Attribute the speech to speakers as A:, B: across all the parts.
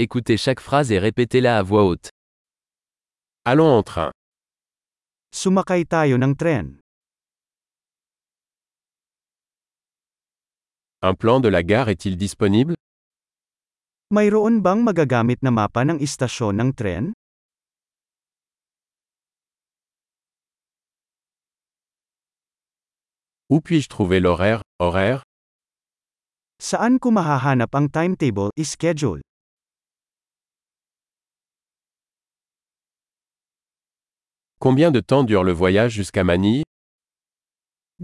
A: Écoutez chaque phrase et répétez-la à voix haute.
B: Allons en train.
C: Sumakay tayo ng tren.
B: Un plan de la gare est-il disponible
C: Mayroon bang magagamit na mapa ng istasyon ng tren?
B: Où puis-je trouver l'horaire Horaire
C: Saan ko mahahanap ang timetable, schedule?
B: Combien de temps dure le voyage jusqu'à Manille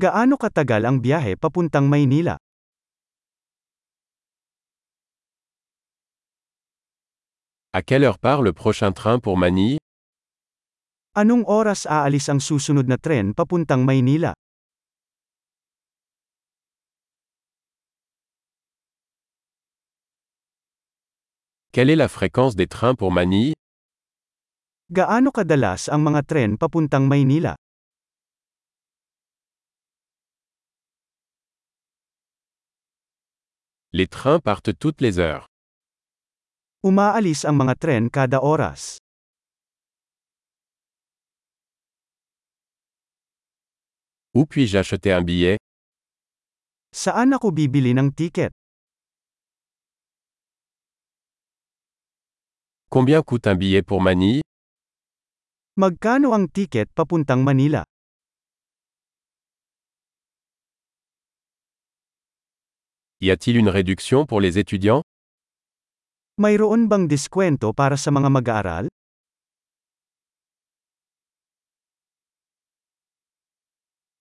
C: Gaano katagal ang biyahe papuntang Maynila?
B: À quelle heure part le prochain train pour Manille
C: Anong oras aalis ang susunod na tren papuntang Maynila?
B: Quelle est la fréquence des trains pour Manille
C: Gaano kadalas ang mga tren papuntang Maynila?
B: Les trains partent toutes les heures.
C: Umaalis ang mga tren kada oras.
B: Où puis-je acheter un billet
C: Saan ako bibili ng tiket?
B: Combien coûte un billet pour Manille
C: Magkano ang tiket papuntang Manila?
B: Y a-t-il une réduction pour les étudiants
C: Mayroon bang diskwento para sa mga mag-aaral?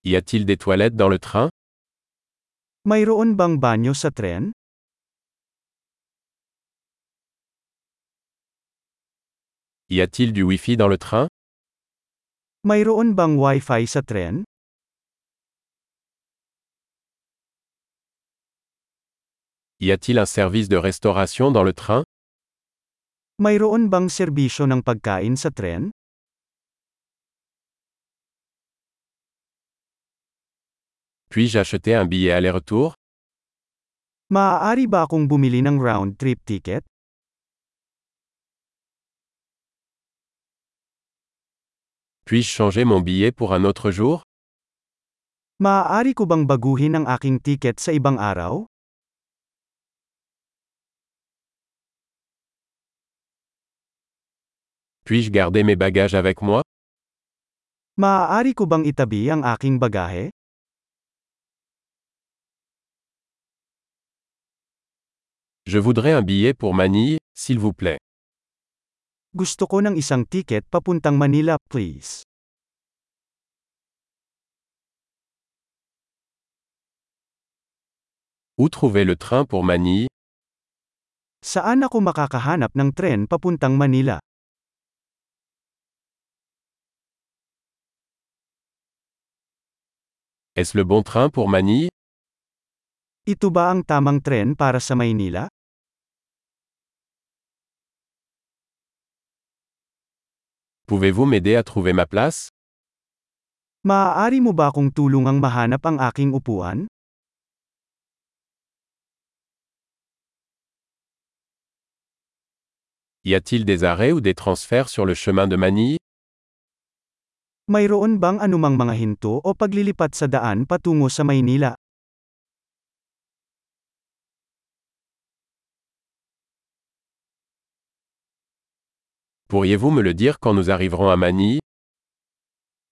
B: Y a-t-il des toilettes dans le train
C: Mayroon bang banyo sa tren?
B: Y a-t-il du Wi-Fi dans le train
C: Mayroon bang wifi sa tren?
B: Y a-t-il un service de restauration dans le train
C: Mayroon bang serbisyo ng pagkain sa tren?
B: Puis-je acheter un billet aller-retour
C: Maaari ba akong bumili ng round trip ticket?
B: Puis-je changer mon billet pour un autre jour
C: Maaari ko bang baguhin ang aking tiket sa ibang araw?
B: Puis-je garder mes bagages avec moi
C: Maaari ko bang itabi ang aking bagahe?
B: Je voudrais un billet pour Manille, s'il vous plaît.
C: Gusto ko ng isang tiket papuntang Manila, please.
B: Où trouver le train pour Manille
C: Saan ako makakahanap ng tren papuntang Manila?
B: Est-ce le bon train pour Manille
C: Ito ba ang tamang tren para sa Maynila?
B: Pouvez-vous m'aider à trouver ma place
C: Maaari mo ba akong tulungang mahanap ang aking upuan?
B: Y a-t-il des arrêts ou des transferts sur le chemin de Manille
C: Mayroon bang anumang mga hinto o paglilipat sa daan patungo sa Maynila?
B: Pourriez-vous me le dire quand nous arriverons à Manille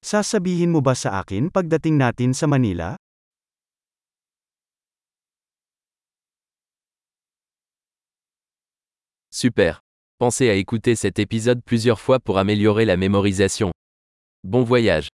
C: Sasabihin mo ba sa akin pagdating natin sa Manila?
A: Super. Pensez à écouter cet épisode plusieurs fois pour améliorer la mémorisation. Bon voyage.